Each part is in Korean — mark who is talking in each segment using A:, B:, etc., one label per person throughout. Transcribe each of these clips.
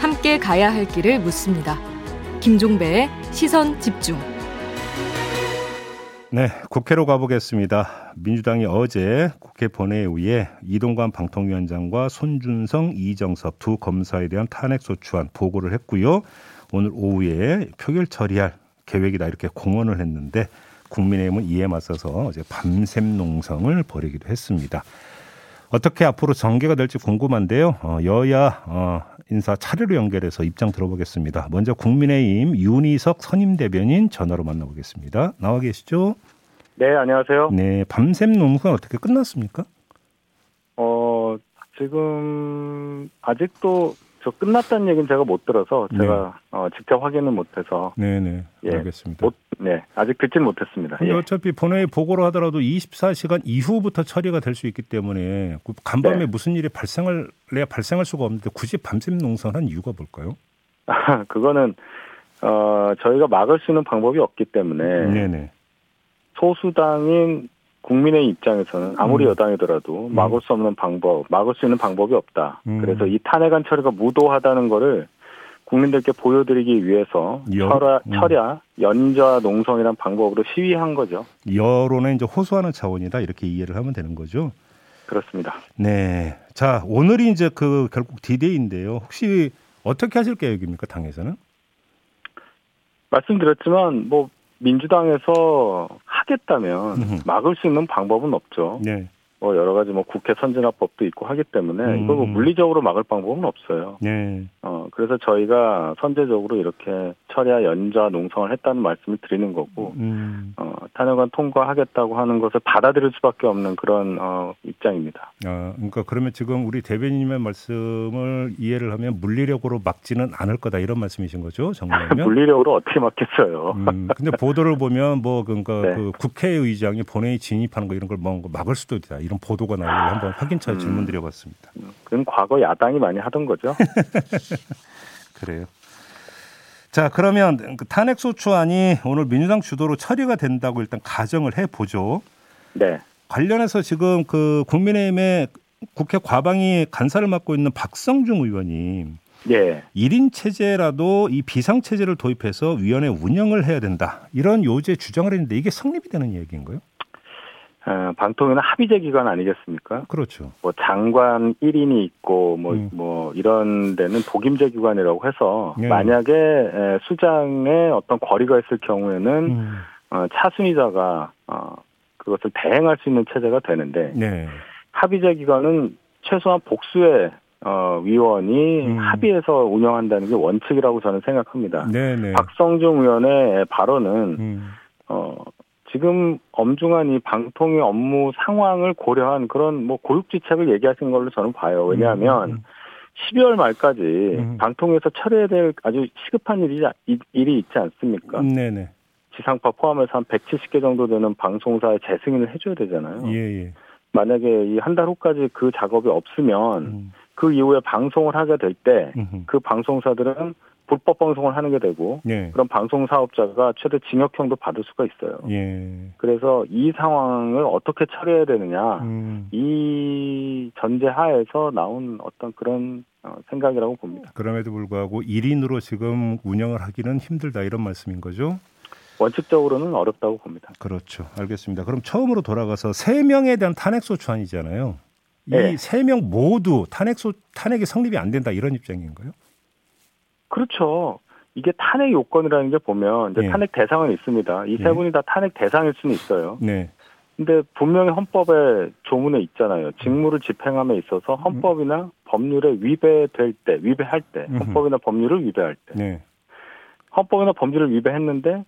A: 함께 가야 할 길을 묻습니다. 김종배의 시선 집중.
B: 네, 국회로 가보겠습니다. 민주당이 어제 국회 본회의 후에 이동관 방통위원장과 손준성, 이정섭 두 검사에 대한 탄핵소추안 보고를 했고요. 오늘 오후에 표결 처리할 계획이다 이렇게 공언을 했는데 국민의힘은 이에 맞서서 어제 밤샘 농성을 벌이기도 했습니다. 어떻게 앞으로 전개가 될지 궁금한데요. 어, 여야 어, 인사 차례로 연결해서 입장 들어보겠습니다. 먼저 국민의힘 윤희석 선임 대변인 전화로 만나보겠습니다. 나와 계시죠?
C: 네, 안녕하세요.
B: 네, 밤샘 농성 어떻게 끝났습니까?
C: 어, 지금 아직도 저 끝났다는 얘기는 제가 못 들어서 제가 어, 직접 확인은 못해서
B: 네, 네,
C: 예.
B: 알겠습니다.
C: 못, 네, 아직 듣진 못했습니다.
B: 근데
C: 예.
B: 어차피 본회의 보고를 하더라도 24시간 이후부터 처리가 될 수 있기 때문에 그 간밤에
C: 네.
B: 무슨 일이 발생을 내야 발생할 수가 없는데 굳이 밤샘 농성한 이유가 뭘까요?
C: 그거는 어, 저희가 막을 수 있는 방법이 없기 때문에
B: 네네.
C: 소수당인 국민의 입장에서는 아무리
B: 음.
C: 여당이더라도 막을 수 없는 방법, 막을 수 있는 방법이 없다.
B: 음.
C: 그래서 이 탄핵안 처리가 무도하다는 거를 국민들께 보여드리기 위해서
B: 여-
C: 철야,
B: 음.
C: 철야, 연좌, 농성이란 방법으로 시위한 거죠.
B: 여론에 이제 호소하는 차원이다 이렇게 이해를 하면 되는 거죠.
C: 그렇습니다.
B: 네. 자, 오늘이 이제 그 결국 디데이인데요. 혹시 어떻게 하실 계획입니까? 당에서는?
C: 말씀드렸지만 뭐 민주당에서 하겠다면
B: 음흠.
C: 막을 수 있는 방법은 없죠.
B: 네.
C: 뭐 여러 가지 뭐 국회 선진화법도 있고 하기 때문에
B: 음.
C: 이걸 뭐 물리적으로 막을 방법은 없어요.
B: 네.
C: 어 그래서 저희가 선제적으로 이렇게 철야 연좌 농성을 했다는 말씀을 드리는 거고
B: 음.
C: 어 탄핵안 통과하겠다고 하는 것을 받아들일 수밖에 없는 그런 어 입장입니다.
B: 아, 그러니까 그러면 지금 우리 대변인님의 말씀을 이해를 하면 물리력으로 막지는 않을 거다 이런 말씀이신 거죠? 정리하면?
C: 그 물리력으로 어떻게 막겠어요?
B: 음, 근데 보도를 보면 뭐 그러니까
C: 네.
B: 그 국회의장이 본회의 진입하는 거 이런 걸 뭔가 막을 수도 있다 이런 보도가 나오고 한번 확인차
C: 음.
B: 질문드려봤습니다.
C: 그건 과거 야당이 많이 하던 거죠.
B: 그래요. 자 그러면 그 탄핵 소추안이 오늘 민주당 주도로 처리가 된다고 일단 가정을 해 보죠.
C: 네,
B: 관련해서 지금 그 국민의힘의 국회 과방위 간사를 맡고 있는 박성중 의원이
C: 예,
B: 일인 체제라도 이 비상 체제를 도입해서 위원회 운영을 해야 된다 이런 요지의 주장을 했는데 이게 성립이 되는 얘기인가요?
C: 어, 방통위는 합의제 기관 아니겠습니까?
B: 그렇죠.
C: 뭐 장관 1인이 있고 뭐 뭐
B: 음.
C: 이런 데는 독임제 기관이라고 해서
B: 예.
C: 만약에 에, 수장에 어떤 거리가 있을 경우에는
B: 음.
C: 어, 차순위자가 어, 그것을 대행할 수 있는 체제가 되는데
B: 네.
C: 합의제 기관은 최소한 복수의 어, 위원이
B: 음.
C: 합의해서 운영한다는 게 원칙이라고 저는 생각합니다.
B: 네네.
C: 아, 박성중 의원의 발언은
B: 음.
C: 어, 지금 엄중한 이 방통위 업무 상황을 고려한 그런 뭐 고육지책을 얘기하신 걸로 저는 봐요. 왜냐하면
B: 음,
C: 12월 말까지
B: 음.
C: 방통위에서 처리해야 될 아주 시급한 일이, 이- 일이 있지 않습니까?
B: 음, 네네.
C: 지상파 포함해서 한 170개 정도 되는 방송사에 재승인을 해줘야 되잖아요.
B: 예예.
C: 만약에 이 한 달 후까지 그 작업이 없으면
B: 음.
C: 그 이후에 방송을 하게 될 때 그
B: 음.
C: 방송사들은 불법 방송을 하는 게 되고
B: 예.
C: 그럼 방송 사업자가 최대 징역형도 받을 수가 있어요.
B: 예.
C: 그래서 이 상황을 어떻게 처리해야 되느냐
B: 음.
C: 이 전제 하에서 나온 어떤 그런 어, 생각이라고 봅니다.
B: 그럼에도 불구하고 일인으로 지금 운영을 하기는 힘들다 이런 말씀인 거죠?
C: 원칙적으로는 어렵다고 봅니다.
B: 그렇죠. 알겠습니다. 그럼 처음으로 돌아가서 세 명에 대한 탄핵 소추안이잖아요.
C: 네.
B: 이 세 명 모두 탄핵 소 탄핵이 성립이 안 된다 이런 입장인가요?
C: 그렇죠. 이게 탄핵 요건이라는 게 보면 이제
B: 예.
C: 탄핵 대상은 있습니다. 이 세
B: 예.
C: 분이 다 탄핵 대상일 수는 있어요.
B: 네.
C: 근데 분명히 헌법에 조문에 있잖아요. 직무를 집행함에 있어서 헌법이나 법률에 위배될 때, 위배할 때,
B: 음흠.
C: 헌법이나 법률을 위배할 때,
B: 네.
C: 헌법이나 법률을 위배했는데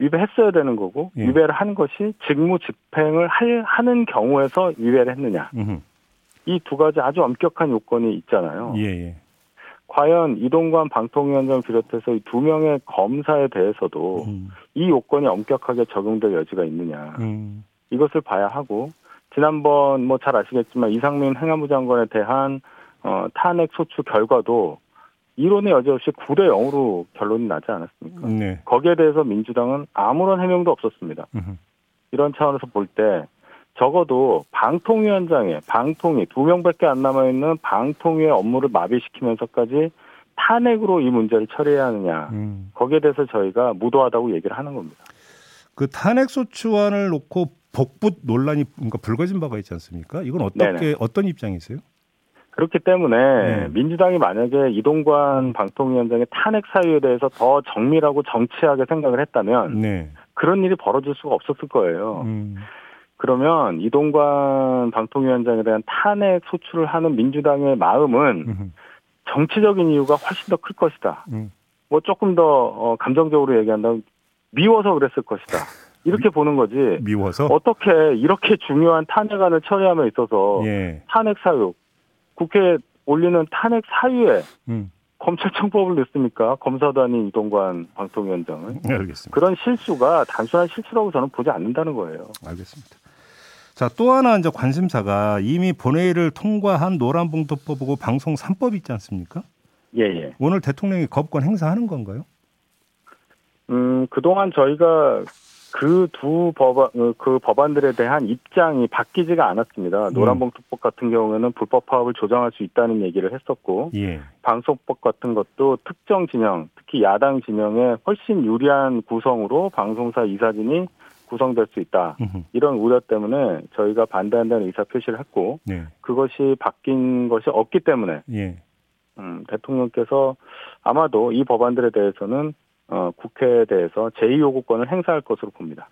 C: 위배했어야 되는 거고
B: 예.
C: 위배를 한 것이 직무 집행을 할- 하는 경우에서 위배를 했느냐
B: 음.
C: 이 두 가지 아주 엄격한 요건이 있잖아요.
B: 예, 예.
C: 과연 이동관 방통위원장 비롯해서 이 두 명의 검사에 대해서도
B: 음.
C: 이 요건이 엄격하게 적용될 여지가 있느냐
B: 음.
C: 이것을 봐야 하고 지난번 뭐 잘 아시겠지만 이상민 행안부 장관에 대한 어, 탄핵 소추 결과도 이론의 여지 없이 9대 0으로 결론이 나지 않았습니까?
B: 네.
C: 거기에 대해서 민주당은 아무런 해명도 없었습니다.
B: 음.
C: 이런 차원에서 볼 때 적어도 방통위원장에 방통위 두 명밖에 안 남아 있는 방통위의 업무를 마비시키면서까지 탄핵으로 이 문제를 처리해야 하느냐
B: 음.
C: 거기에 대해서 저희가 무도하다고 얘기를 하는 겁니다.
B: 그 탄핵 소추안을 놓고 복붙 논란이 그러니까 불거진 바가 있지 않습니까? 이건 어떻게
C: 네네.
B: 어떤 입장이세요?
C: 그렇기 때문에
B: 네.
C: 민주당이 만약에 이동관 방통위원장의 탄핵 사유에 대해서 더 정밀하고 정치하게 생각을 했다면
B: 네.
C: 그런 일이 벌어질 수가 없었을 거예요.
B: 음.
C: 그러면 이동관 방통위원장에 대한 탄핵 소추를 하는 민주당의 마음은
B: 음.
C: 정치적인 이유가 훨씬 더 클 것이다.
B: 음.
C: 뭐 조금 더 어, 감정적으로 얘기한다면 미워서 그랬을 것이다.
B: 음.
C: 이렇게 보는 거지.
B: 미워서.
C: 어떻게 이렇게 중요한 탄핵안을 처리함에 있어서
B: 예.
C: 탄핵 사유 국회에 올리는 탄핵 사유에
B: 음.
C: 검찰청법을 넣습니까? 검사도 아닌 이동관 방통위원장은
B: 네, 알겠습니다.
C: 그런 실수가 단순한 실수라고 저는 보지 않는다는 거예요.
B: 알겠습니다. 자, 또 하나 이제 관심사가 이미 본회의를 통과한 노란봉투법하고 방송 3법 있지 않습니까?
C: 예, 예.
B: 오늘 대통령이 거부권 행사하는 건가요?
C: 음, 그동안 저희가 그 두 법안, 어, 그 법안들에 대한 입장이 바뀌지가 않았습니다. 노란봉투법 같은 경우에는 불법 파업을 조장할 수 있다는 얘기를 했었고,
B: 예.
C: 방송법 같은 것도 특정 진영, 특히 야당 진영에 훨씬 유리한 구성으로 방송사 이사진이 구성될 수 있다.
B: 음흠.
C: 이런 우려 때문에 저희가 반대한다는 의사 표시를 했고,
B: 네.
C: 그것이 바뀐 것이 없기 때문에
B: 예.
C: 음, 대통령께서 아마도 이 법안들에 대해서는 어, 국회에 대해서 제2요구권을 행사할 것으로 봅니다.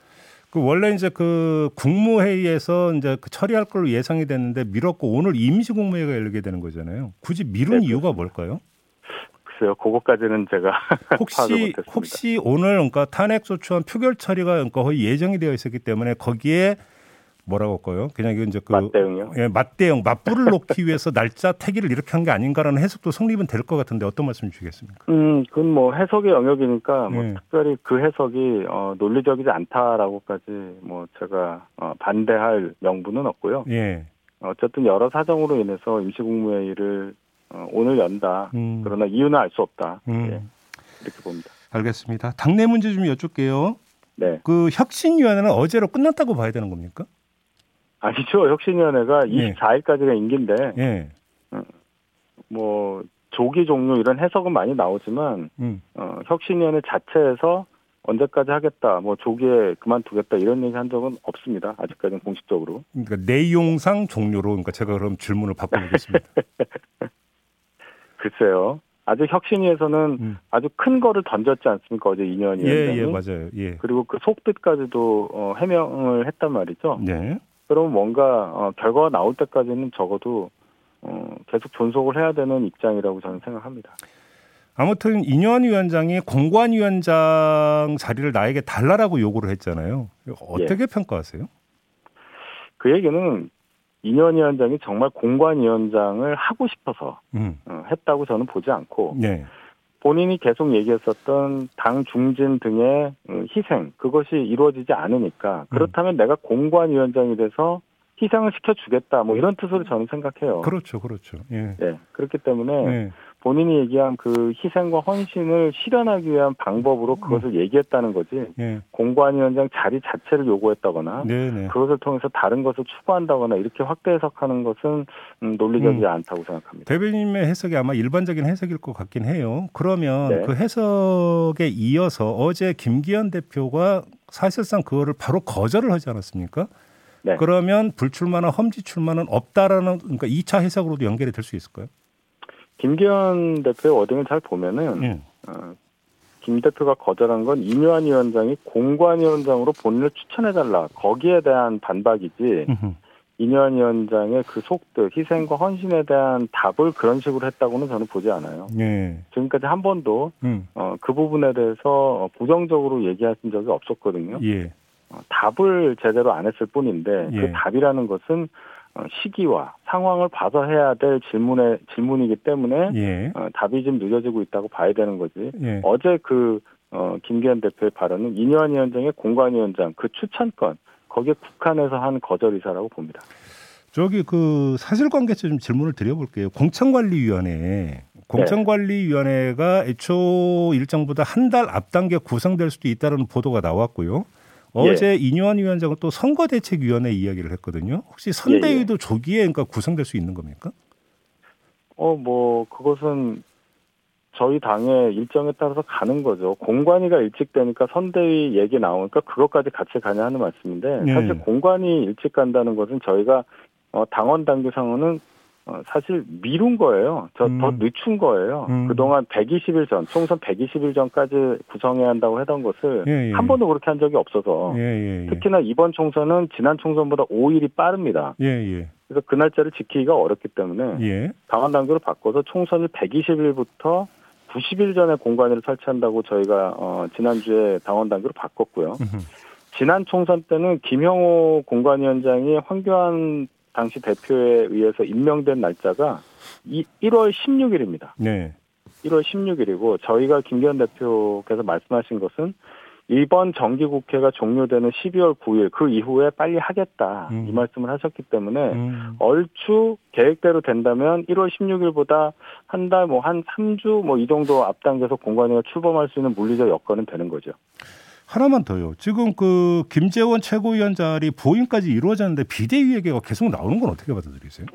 B: 그 원래 이제 그 국무회의에서 이제 그 처리할 걸로 예상이 됐는데 미뤘고 오늘 임시 국무회의가 열리게 되는 거잖아요. 굳이 미룬
C: 네,
B: 이유가 뭘까요?
C: 글쎄요, 그것까지는 제가 파악을
B: 혹시
C: 못했습니다.
B: 혹시 오늘 그러니까 탄핵 소추안 표결 처리가 그러니까 거의 예정이 되어 있었기 때문에 거기에 뭐라고 할까요? 그냥 이건 이제 그
C: 맞대응요.
B: 예, 맞대응, 맞불을 놓기 위해서 날짜 태기를 이렇게 한 게 아닌가라는 해석도 성립은 될 것 같은데 어떤 말씀 주시겠습니까?
C: 음, 그건 뭐 해석의 영역이니까 뭐
B: 네.
C: 특별히 그 해석이 어, 논리적이지 않다라고까지 뭐 제가 어, 반대할 명분은 없고요.
B: 예.
C: 어쨌든 여러 사정으로 인해서 임시국무회의를 어, 오늘 연다.
B: 음,
C: 그러나 이유는 알 수 없다.
B: 음.
C: 예, 이렇게 봅니다.
B: 알겠습니다. 당내 문제 좀 여쭐게요.
C: 네.
B: 그 혁신위원회는 어제로 끝났다고 봐야 되는 겁니까?
C: 아니죠. 혁신위원회가
B: 예.
C: 24일까지가 임기인데
B: 예.
C: 뭐 조기 종료 이런 해석은 많이 나오지만
B: 음.
C: 어, 혁신위원회 자체에서 언제까지 하겠다, 뭐 조기에 그만두겠다 이런 얘기 한 적은 없습니다. 아직까지는 공식적으로.
B: 그러니까 내용상 종료로 그러니까 제가 그럼 질문을 바꿔보겠습니다.
C: 글쎄요. 아직 혁신위에서는
B: 음.
C: 아주 큰 거를 던졌지 않습니까? 어제 이년
B: 예,
C: 위원장이.
B: 예, 맞아요. 예.
C: 그리고 그 속뜻까지도 어, 해명을 했단 말이죠.
B: 네.
C: 그럼 뭔가 어, 결과가 나올 때까지는 적어도 어, 계속 존속을 해야 되는 입장이라고 저는 생각합니다.
B: 아무튼 이년 위원장이 공관 위원장 자리를 나에게 달라라고 요구를 했잖아요. 어떻게
C: 예.
B: 평가하세요?
C: 그 얘기는 이년 위원장이 정말 공관위원장을 하고 싶어서
B: 음.
C: 어, 했다고 저는 보지 않고
B: 네.
C: 본인이 계속 얘기했었던 당 중진 등의 음, 희생 그것이 이루어지지
B: 음.
C: 않으니까 그렇다면 내가 공관위원장이 돼서 희생을 시켜주겠다 뭐 이런 뜻으로 저는 생각해요.
B: 그렇죠, 그렇죠. 예.
C: 예, 그렇기 때문에
B: 네.
C: 본인이 얘기한 그 희생과 헌신을 실현하기 위한
B: 네.
C: 방법으로 그것을 얘기했다는 거지
B: 예.
C: 공관위원장 자리 자체를 요구했다거나
B: 네, 네.
C: 그것을 통해서 다른 것을 추구한다거나 이렇게 확대 해석하는 것은 음, 논리적이지 않다고
B: 네.
C: 생각합니다.
B: 대변인의 해석이 아마 일반적인 해석일 것 같긴 해요. 그러면
C: 네.
B: 그 해석에 이어서 어제 김기현 대표가 사실상 그거를 바로 거절을 하지 않았습니까?
C: 네.
B: 그러면 불출마나 험지 출마는 없다라는 그러니까 2차 해석으로도 연결이 될 수 있을까요?
C: 김기현 대표의 워딩을 잘 보면은
B: 예.
C: 어, 김 대표가 거절한 건 이뇨한 위원장이 공관위원장으로 본인을 추천해달라 거기에 대한 반박이지
B: 음흠.
C: 이뇨한 위원장의 그 속뜻 희생과 헌신에 대한 답을 그런 식으로 했다고는 저는 보지 않아요.
B: 예.
C: 지금까지 한 번도
B: 음.
C: 어, 그 부분에 대해서 어, 부정적으로 얘기하신 적이 없었거든요.
B: 예.
C: 어, 답을 제대로 안 했을 뿐인데
B: 예.
C: 그 답이라는 것은 어, 시기와 상황을 봐서 해야 될 질문에 질문이기 때문에
B: 예.
C: 어, 답이 좀 늦어지고 있다고 봐야 되는 거지.
B: 예.
C: 어제 그 어, 김기현 대표의 발언은 이뇨한 위원장의 공관위원장 그 추천권 거기에 국한해서 한 거절 의사라고 봅니다.
B: 저기 그 사실관계체 좀 질문을 드려볼게요.
C: 네.
B: 공천관리위원회 공천관리위원회가 애초 일정보다 한 달 앞당겨 구성될 수도 있다는 보도가 나왔고요.
C: 예.
B: 어제 이뇨한 위원장은 또 선거대책위원회 이야기를 했거든요. 혹시
C: 예,
B: 선대위도 조기에 그러니까 구성될 수 있는 겁니까?
C: 어 뭐 그것은 저희 당의 일정에 따라서 가는 거죠. 공관위가 일찍 되니까 선대위 얘기 나오니까 그것까지 같이 가냐 하는 말씀인데
B: 네.
C: 사실 공관위 일찍 간다는 것은 저희가 어, 당원 당규 상으로는 어, 사실 미룬 거예요. 저 더
B: 음.
C: 늦춘 거예요.
B: 음.
C: 그동안 120일 전, 총선 120일 전까지 구성해야 한다고 했던 것을
B: 예, 예.
C: 한 번도 그렇게 한 적이 없어서
B: 예, 예, 예.
C: 특히나 이번 총선은 지난 총선보다 5일이 빠릅니다.
B: 예,
C: 그래서 그 날짜를 지키기가 어렵기 때문에
B: 예. 예.
C: 당원 당규를 바꿔서 총선을 120일부터 90일 전에 공관위를 설치한다고 저희가 어, 지난주에 당원 당규를 바꿨고요.
B: 음흠.
C: 지난 총선 때는 김영호 공관위원장이 황교안 당시 대표에 의해서 임명된 날짜가 이 1월 16일입니다.
B: 네.
C: 1월 16일이고 저희가 김기현 대표께서 말씀하신 것은 이번 정기국회가 종료되는 12월 9일 그 이후에 빨리 하겠다
B: 음.
C: 이 말씀을 하셨기 때문에
B: 음.
C: 얼추 계획대로 된다면 1월 16일보다 한 달 뭐 한 3주 뭐 이 정도 앞당겨서 공관위가 출범할 수 있는 물리적 여건은 되는 거죠.
B: 하나만 더요. 지금 그 김재원 최고위원 자리 보임까지 이루어졌는데 비대위 얘기가 계속 나오는 건 어떻게 받아들이세요?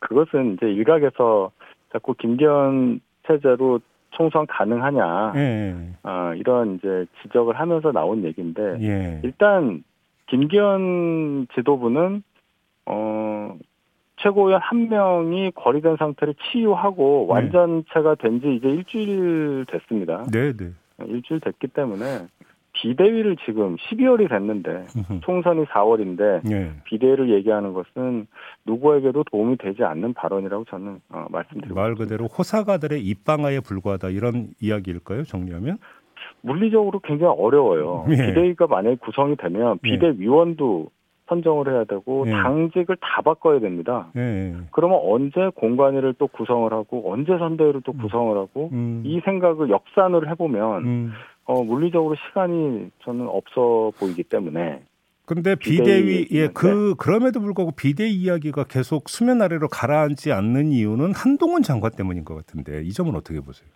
C: 그것은 이제 일각에서 자꾸 김기현 체제로 총선 가능하냐
B: 예.
C: 아, 이런 이제 지적을 하면서 나온 얘기인데
B: 예.
C: 일단 김기현 지도부는 어 최고위원 한 명이 거리된 상태를 치유하고
B: 네.
C: 완전체가 된 지 이제 일주일 됐습니다.
B: 네, 네.
C: 일주일 됐기 때문에 비대위를 지금 12월이 됐는데
B: 음흠.
C: 총선이 4월인데
B: 예.
C: 비대위를 얘기하는 것은 누구에게도 도움이 되지 않는 발언이라고 저는 어, 말씀드리고
B: 말
C: 있습니다.
B: 그대로 호사가들의 입방아에 불과하다 이런 이야기일까요? 정리하면?
C: 물리적으로 굉장히 어려워요.
B: 예.
C: 비대위가 만약에 구성이 되면
B: 예.
C: 비대위원도 선정을 해야 되고
B: 예.
C: 당직을 다 바꿔야 됩니다.
B: 예, 예.
C: 그러면 언제 공관위를 또 구성을 하고 언제 선대위를 또 구성을 하고
B: 음.
C: 이 생각을 역산을 해보면
B: 음.
C: 어, 물리적으로 시간이 저는 없어 보이기 때문에
B: 근데
C: 비대위
B: 비대위 예 그 그럼에도 불구하고 비대위 이야기가 계속 수면 아래로 가라앉지 않는 이유는 한동훈 장관 때문인 것 같은데 이 점은 어떻게 보세요?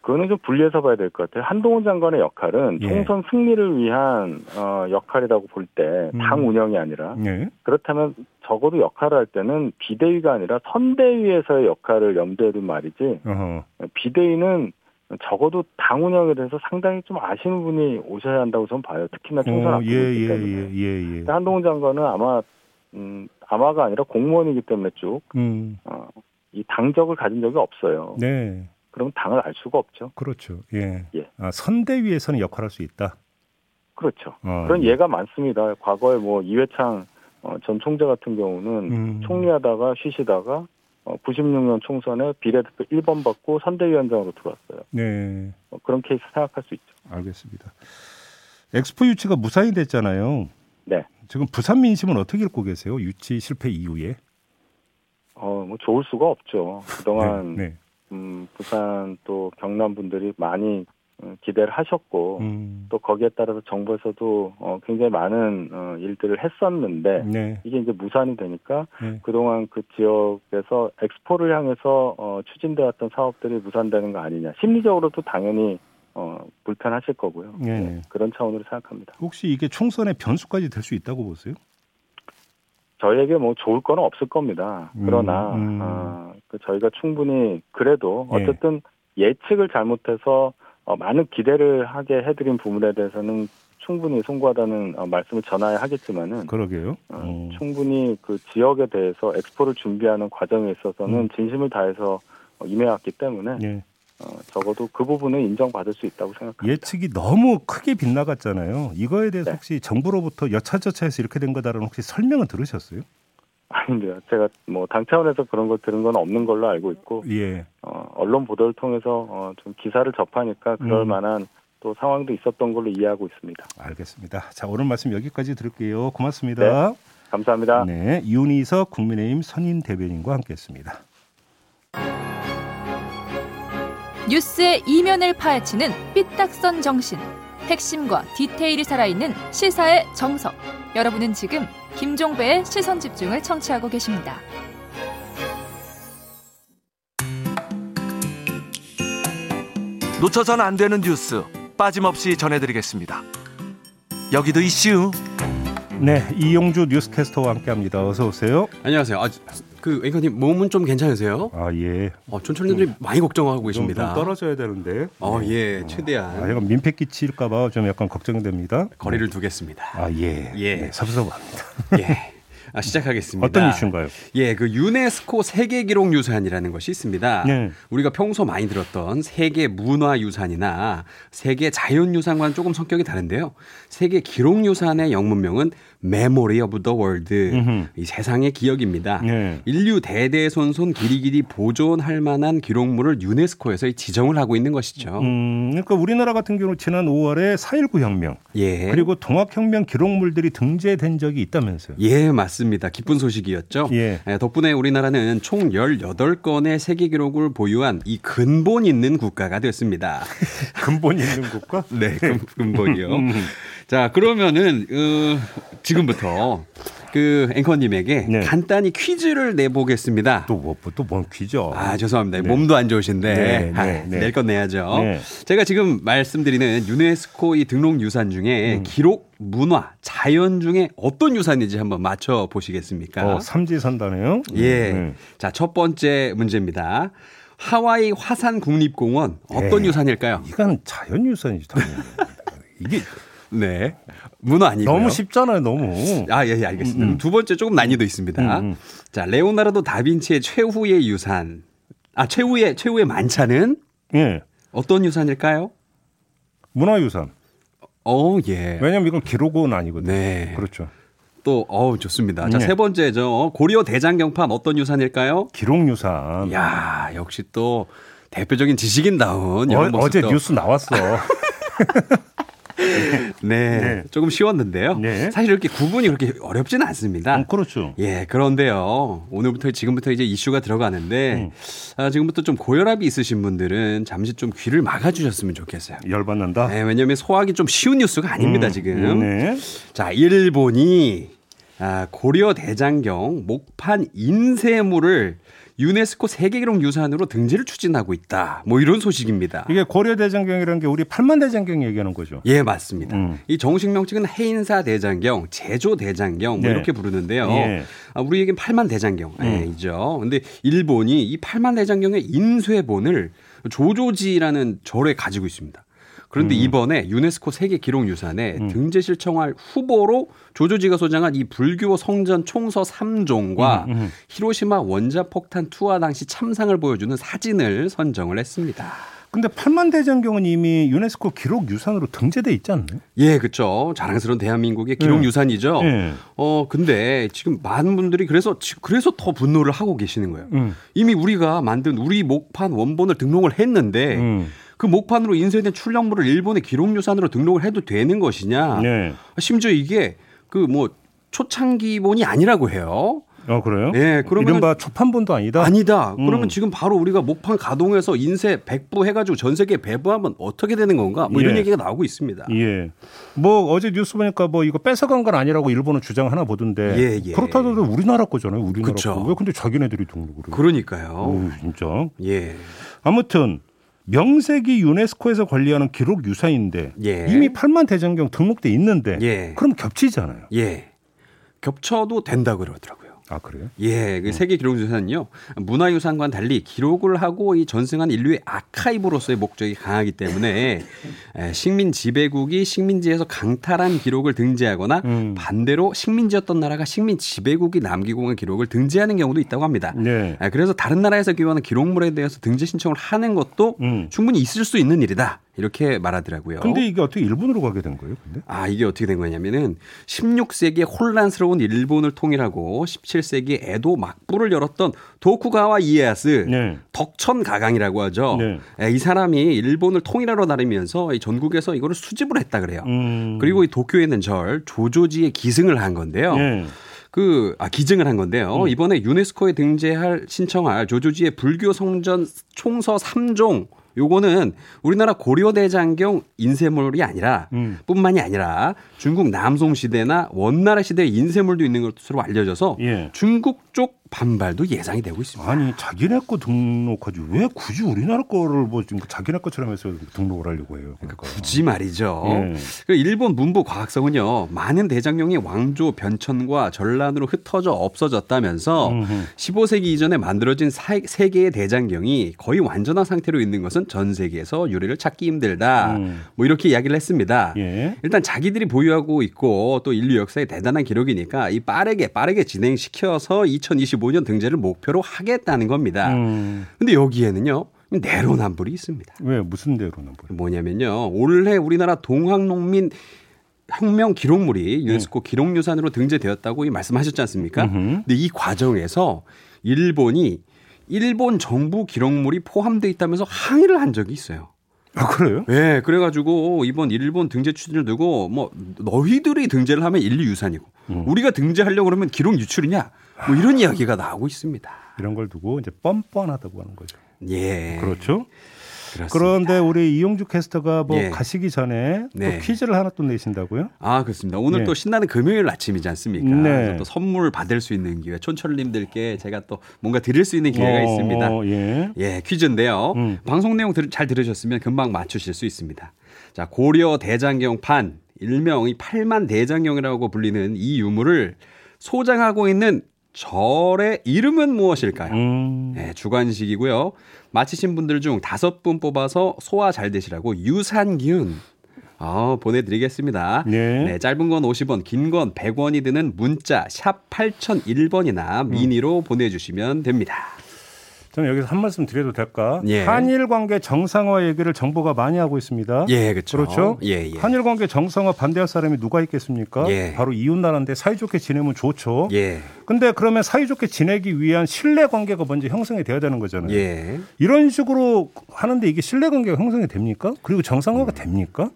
C: 그거는 좀 분리해서 봐야 될 것 같아요. 한동훈 장관의 역할은
B: 예.
C: 총선 승리를 위한 어, 역할이라고 볼 때 당
B: 음.
C: 운영이 아니라
B: 예.
C: 그렇다면 적어도 역할을 할 때는 비대위가 아니라 선대위에서의 역할을 염두에 둔 말이지
B: 어허.
C: 비대위는 적어도 당 운영에 대해서 상당히 좀 아시는 분이 오셔야 한다고 저는 봐요. 특히나 총선
B: 어,
C: 앞두고
B: 예,
C: 있기
B: 예,
C: 그 때문에.
B: 예, 예, 예.
C: 근데 한동훈 장관은 아마 음, 아마가 아니라 공무원이기 때문에
B: 음.
C: 쭉 이 당적을 가진 적이 없어요.
B: 네.
C: 그럼 당을 알 수가 없죠.
B: 그렇죠. 예.
C: 예.
B: 아, 선대위에서는 역할할 수 있다.
C: 그렇죠.
B: 어.
C: 그런 예가 많습니다. 과거에 뭐 이회창 어, 전 총재 같은 경우는
B: 음.
C: 총리하다가 쉬시다가 어, 96년 총선에 비례대표 1번 받고 선대위원장으로 들어왔어요.
B: 네.
C: 어, 그런 케이스 생각할 수 있죠.
B: 알겠습니다. 엑스포 유치가 무산이 됐잖아요.
C: 네.
B: 지금 부산 민심은 어떻게 읽고 계세요? 유치 실패 이후에?
C: 어, 뭐 좋을 수가 없죠. 그동안
B: 네. 네.
C: 음, 부산 또 경남 분들이 많이 음, 기대를 하셨고
B: 음.
C: 또 거기에 따라서 정부에서도 어, 굉장히 많은 어, 일들을 했었는데
B: 네.
C: 이게 이제 무산이 되니까
B: 네.
C: 그동안 그 지역에서 엑스포를 향해서 어, 추진돼 왔던 사업들이 무산되는 거 아니냐 심리적으로도 당연히 어, 불편하실 거고요.
B: 네.
C: 네, 그런 차원으로 생각합니다.
B: 혹시 이게 총선의 변수까지 될 수 있다고 보세요?
C: 저희에게 뭐 좋을 건 없을 겁니다.
B: 음,
C: 그러나
B: 음.
C: 아, 그 저희가 충분히 그래도
B: 예.
C: 어쨌든 예. 측을 잘못해서 어, 많은 기대를 하게 해드린 부분에 대해서는 충분히 송구하다는 어, 말씀을 전하야 하겠지만은
B: 그러게요.
C: 어,
B: 어.
C: 충분히 그 지역에 대해서 엑스포를 준비하는 과정에 있어서는
B: 음.
C: 진심을 다해서 어, 임해왔기 때문에
B: 예.
C: 어, 적어도 그 부분은 인정받을 수 있다고 생각합니다.
B: 예측이 너무 크게 빗나갔잖아요. 이거에 대해서
C: 네.
B: 혹시 정부로부터 여차저차해서 이렇게 된 거다라는 혹시 설명은 들으셨어요?
C: 아닌데요. 제가 뭐 당 차원에서 그런 걸 들은 건 없는 걸로 알고 있고
B: 예.
C: 어, 언론 보도를 통해서 어, 좀 기사를 접하니까 그럴
B: 음.
C: 만한 또 상황도 있었던 걸로 이해하고 있습니다.
B: 알겠습니다. 자, 오늘 말씀 여기까지 들을게요. 고맙습니다.
C: 감사합니다.
B: 네. 윤희석 국민의힘 선임 대변인과 함께 했습니다.
A: 뉴스의 이면을 파헤치는 삐딱선 정신. 핵심과 디테일이 살아있는 시사의 정석. 여러분은 지금 김종배의 시선 집중을 청취하고 계십니다.
D: 놓쳐선 안 되는 뉴스 빠짐없이 전해드리겠습니다. 여기도 이슈.
B: 네, 이용주 뉴스캐스터와 함께합니다. 어서 오세요.
D: 안녕하세요. 아, 그 앵커님 몸은 좀 괜찮으세요?
B: 아 예.
D: 어, 촌철님들이 많이 걱정하고
B: 좀,
D: 계십니다.
B: 좀 떨어져야 되는데.
D: 어, 예,
B: 아,
D: 최대한
B: 이건 민폐 끼칠까봐 좀 약간 걱정이 됩니다.
D: 거리를 두겠습니다.
B: 아 예.
D: 예.
B: 네, 섭섭합니다.
D: 예. 아, 시작하겠습니다.
B: 어떤 이슈인가요?
D: 예, 그 유네스코 세계 기록 유산이라는 것이 있습니다.
B: 네.
D: 우리가 평소 많이 들었던 세계 문화 유산이나 세계 자연 유산과는 조금 성격이 다른데요. 세계 기록 유산의 영문명은 Memory of the World,
B: 음흠.
D: 이 세상의 기억입니다.
B: 네.
D: 인류 대대손손 길이길이 보존할 만한 기록물을 유네스코에서 이 지정을 하고 있는 것이죠.
B: 음, 그러니까 우리나라 같은 경우 지난 5월에 4.19 혁명
D: 예.
B: 그리고 동학혁명 기록물들이 등재된 적이 있다면서요.
D: 예, 맞습니다. 기쁜 소식이었죠.
B: 예.
D: 예, 덕분에 우리나라는 총 18건의 세계 기록을 보유한 이 근본 있는 국가가 됐습니다.
B: 근본이 있는 국가?
D: 네, 근- 근본이요.
B: 음.
D: 자, 그러면은 어, 지금부터 그 앵커님에게
B: 네.
D: 간단히 퀴즈를 내보겠습니다.
B: 또뭐또뭔 퀴죠?
D: 아, 죄송합니다.
B: 네.
D: 몸도 안 좋으신데
B: 네,
D: 아,
B: 네, 네.
D: 낼 건 내야죠.
B: 네.
D: 제가 지금 말씀드리는 유네스코 이 등록 유산 중에
B: 음.
D: 기록, 문화, 자연 중에 어떤 유산인지 한번 맞춰 보시겠습니까?
B: 어, 삼지선다네요.
D: 예.
B: 음,
D: 자, 첫 번째 문제입니다. 하와이 화산 국립공원 어떤
B: 예.
D: 유산일까요?
B: 이건 자연유산이지 당연히. 이게
D: 네. 문화 아니고요.
B: 너무 쉽잖아요, 너무.
D: 아, 예, 예, 알겠습니다. 그럼 두 번째 조금 난이도 있습니다.
B: 음, 음.
D: 자, 레오나르도 다빈치의 최후의 유산. 아, 최후의 최후의 만찬은
B: 예.
D: 어떤 유산일까요?
B: 문화유산.
D: 어, 예.
B: 왜냐면 이건 기록은 아니거든요.
D: 네.
B: 그렇죠.
D: 또 어우, 좋습니다. 자,
B: 네.
D: 세 번째죠. 고려 대장경판 어떤 유산일까요?
B: 기록유산.
D: 야, 역시 또 대표적인 지식인다운 이런
B: 어, 제
D: 모습도
B: 뉴스 나왔어.
D: 네,
B: 네.
D: 조금 쉬웠는데요.
B: 네.
D: 사실 이렇게 구분이 그렇게 어렵지는 않습니다.
B: 음, 그렇죠.
D: 예, 그런데요. 오늘부터 지금부터 이제 이슈가 들어가는데 아, 지금부터 좀 고혈압이 있으신 분들은 잠시 좀 귀를 막아주셨으면 좋겠어요.
B: 열받는다.
D: 네, 왜냐하면 소화하기 좀 쉬운 뉴스가 아닙니다 지금.
B: 아. 네.
D: 자, 일본이 아, 고려 대장경 목판 인쇄물을 유네스코 세계기록 유산으로 등재를 추진하고 있다. 뭐 이런 소식입니다.
B: 이게 고려 대장경이라는 게 우리 팔만 대장경 얘기하는 거죠.
D: 예, 맞습니다.
B: 음.
D: 이 정식 명칭은 해인사 대장경, 제조 대장경 뭐
B: 네.
D: 이렇게 부르는데요.
B: 예. 음.
D: 아, 우리에겐 팔만 대장경이죠. 근데 일본이 이 팔만 대장경의 인쇄본을 조조지라는 절에 가지고 있습니다. 그런데
B: 음.
D: 이번에 유네스코 세계 기록 유산에 등재 신청할 후보로 조조지가 소장한 이 불교 성전 총서 3종과
B: 음,
D: 히로시마 원자 폭탄 투하 당시 참상을 보여주는 사진을 선정을 했습니다.
B: 근데 팔만 대장경은 이미 유네스코 기록 유산으로 등재돼 있지 않나요?
D: 예, 그렇죠. 자랑스러운 대한민국의 기록
B: 네.
D: 유산이죠.
B: 네.
D: 어, 근데 지금 많은 분들이 그래서 지- 그래서 더 분노를 하고 계시는 거예요.
B: 음.
D: 이미 우리가 만든 우리 목판 원본을 등록을 했는데
B: 음.
D: 그 목판으로 인쇄된 출력물을 일본의 기록 유산으로 등록을 해도 되는 것이냐?
B: 네.
D: 심지어 이게 그 뭐 초창기본이 아니라고 해요.
B: 어 그래요?
D: 네, 그러면은-
B: 이른바 초판본도 아니다.
D: 아니다. 그러면
B: 음.
D: 지금 바로 우리가 목판 가동해서 인쇄 백부 해가지고 전 세계에 배부하면 어떻게 되는 건가? 뭐 이런
B: 예.
D: 얘기가 나오고 있습니다.
B: 예. 뭐 어제 뉴스 보니까 뭐 이거 뺏어간 건 아니라고 일본은 주장 하나 보던데.
D: 예, 예.
B: 그렇다더라도 우리나라 거잖아요. 우리나라
D: 그쵸.
B: 거. 왜 근데 자기네들이 등록을 해?
D: 그러니까요.
B: 어우, 진짜.
D: 예.
B: 아무튼 명색이 유네스코에서 관리하는 기록 유산인데
D: 예.
B: 이미 팔만 대장경 등록돼 있는데
D: 예.
B: 그럼 겹치잖아요.
D: 예. 겹쳐도 된다 그러더라고요.
B: 아 그래요?
D: 예, 그 세계 기록 유산은요 문화 유산과는 달리 기록을 하고 이 전승한 인류의 아카이브로서의 목적이 강하기 때문에 에, 식민 지배국이 식민지에서 강탈한 기록을 등재하거나
B: 음.
D: 반대로 식민지였던 나라가 식민 지배국이 남기고 간 기록을 등재하는 경우도 있다고 합니다.
B: 네.
D: 아, 그래서 다른 나라에서 기원한 기록물에 대해서 등재 신청을 하는 것도
B: 음.
D: 충분히 있을 수 있는 일이다 이렇게 말하더라고요.
B: 근데 이게 어떻게 일본으로 가게 된 거예요? 근데?
D: 아, 이게 어떻게 된 거냐면은 16세기의 혼란스러운 일본을 통일하고 17세기의 에도 막부를 열었던 도쿠가와 이에야스
B: 네.
D: 덕천 가강이라고 하죠.
B: 네.
D: 예, 이 사람이 일본을 통일하러 나르면서 이 전국에서 이거를 수집을 했다 그래요.
B: 음.
D: 그리고 이 도쿄에 있는 절 조조지에 기승을 한 건데요.
B: 예.
D: 그, 아, 기증을 한 건데요.
B: 음.
D: 이번에 유네스코에 등재할, 신청할 조조지의 불교 성전 총서 3종, 요거는 우리나라 고려대장경 인쇄물이 아니라
B: 음.
D: 뿐만이 아니라 중국 남송시대나 원나라 시대 인쇄물도 있는 것으로 알려져서
B: 예.
D: 중국 쪽 반발도 예상이 되고 있습니다.
B: 아니 자기네 거 등록하지 왜 굳이 우리나라 거를 뭐 지금 자기네 것처럼 해서 등록을 하려고 해요?
D: 그러니까 굳이 말이죠.
B: 예.
D: 그 일본 문부 과학성은요 많은 대장룡이 왕조 변천과 전란으로 흩어져 없어졌다면서
B: 음흠.
D: 15세기 이전에 만들어진 사- 세 개의 대장경이 거의 완전한 상태로 있는 것은 전 세계에서 유래를 찾기 힘들다.
B: 음.
D: 뭐 이렇게 이야기를 했습니다.
B: 예.
D: 일단 자기들이 보유하고 있고 또 인류 역사의 대단한 기록이니까 이 빠르게 빠르게 진행시켜서 2025년 등재를 목표로 하겠다는 겁니다.
B: 음.
D: 근데 여기에는요 내로남불이 있습니다.
B: 왜 무슨 대로는 뭐예요?
D: 뭐냐면요. 올해 우리나라 동학농민 혁명 기록물이 유네스코 기록유산으로 등재되었다고 이 말씀하셨지 않습니까?
B: 음. 음흠.
D: 근데 이 과정에서 일본이 일본 정부 기록물이 포함돼 있다면서 항의를 한 적이 있어요.
B: 아 그래요?
D: 예, 그래가지고 이번 일본 등재 추진을 두고 뭐 너희들이 등재를 하면 인류 유산이고
B: 음.
D: 우리가 등재하려고 그러면 기록 유출이냐 뭐 이런 이야기가 나오고 있습니다.
B: 이런 걸 두고 이제 뻔뻔하다고 하는 거죠.
D: 예,
B: 그렇죠?
D: 그렇습니다.
B: 그런데 우리 이용주 캐스터가 뭐
D: 예.
B: 가시기 전에
D: 네.
B: 또 퀴즈를 하나 또 내신다고요?
D: 아 그렇습니다. 오늘
B: 예.
D: 또 신나는 금요일 아침이지 않습니까?
B: 네.
D: 그래서 또 선물 받을 수 있는 기회, 촌철님들께 제가 또 뭔가 드릴 수 있는 기회가
B: 어,
D: 있습니다.
B: 예.
D: 예, 퀴즈인데요.
B: 음.
D: 방송 내용 들- 잘 들으셨으면 금방 맞추실 수 있습니다. 자, 고려 대장경판 일명 이 팔만 대장경이라고 불리는 이 유물을 소장하고 있는 절의 이름은 무엇일까요?
B: 음.
D: 네, 주관식이고요. 맞히신 분들 중 다섯 분 뽑아서 소화 잘 되시라고 유산균 어, 보내드리겠습니다.
B: 네.
D: 짧은 건 50원, 긴 건 100원이 드는 문자 샵 8001번이나 미니로 보내주시면 됩니다.
B: 저는 여기서 한 말씀 드려도 될까?
D: 예.
B: 한일 관계 정상화 얘기를 정부가 많이 하고 있습니다.
D: 예, 그렇죠.
B: 어? 그렇죠?
D: 예, 예.
B: 한일 관계 정상화 반대할 사람이 누가 있겠습니까?
D: 예.
B: 바로 이웃 나라인데 사이좋게 지내면 좋죠.
D: 예.
B: 근데 그러면 사이좋게 지내기 위한 신뢰 관계가 먼저 형성이 돼야 되는 거잖아요.
D: 예.
B: 이런 식으로 하는데 이게 신뢰 관계가 형성이 됩니까? 그리고
D: 음.
B: 정상화가 됩니까?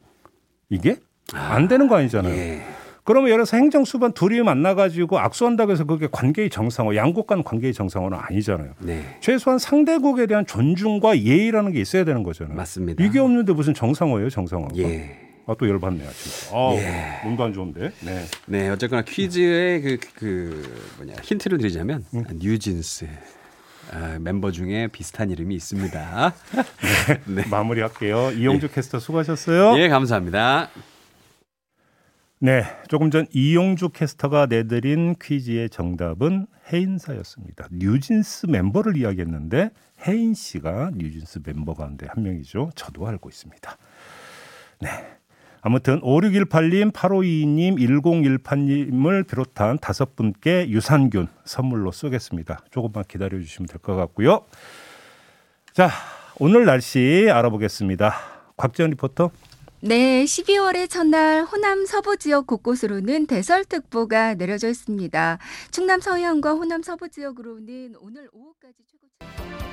B: 이게 안 되는 거 아니잖아요.
D: 예.
B: 그러면 예를 들어서 행정 수반 둘이 만나 가지고 악수한다고 해서 그게 관계의 정상화, 양국 간 관계의 정상화는 아니잖아요.
D: 네.
B: 최소한 상대국에 대한 존중과 예의라는 게 있어야 되는 거잖아요.
D: 맞습니다.
B: 이게 없는데 무슨 정상화예요, 정상화.
D: 예.
B: 아, 또 열받네요, 지금. 아, 몸도 안 좋은데. 네.
D: 네, 어쨌거나 퀴즈의 그, 그 뭐냐 힌트를 드리자면 뉴진스 아, 멤버 중에 비슷한 이름이 있습니다. 네.
B: 마무리할게요. 이용주 캐스터 수고하셨어요.
D: 예, 감사합니다.
B: 네, 조금 전 이용주 캐스터가 내드린 퀴즈의 정답은 해인사였습니다. 뉴진스 멤버를 이야기했는데 해인 씨가 뉴진스 멤버 가운데 한 명이죠. 저도 알고 있습니다. 네, 아무튼 5618님, 8522님, 1018님을 비롯한 다섯 분께 유산균 선물로 쏘겠습니다. 조금만 기다려 주시면 될 것 같고요. 자, 오늘 날씨 알아보겠습니다. 곽지연 리포터.
E: 네, 12월의 첫날 호남 서부 지역 곳곳으로는 대설특보가 내려져 있습니다. 충남 서해안과 호남 서부 지역으로는 오늘 오후까지 최고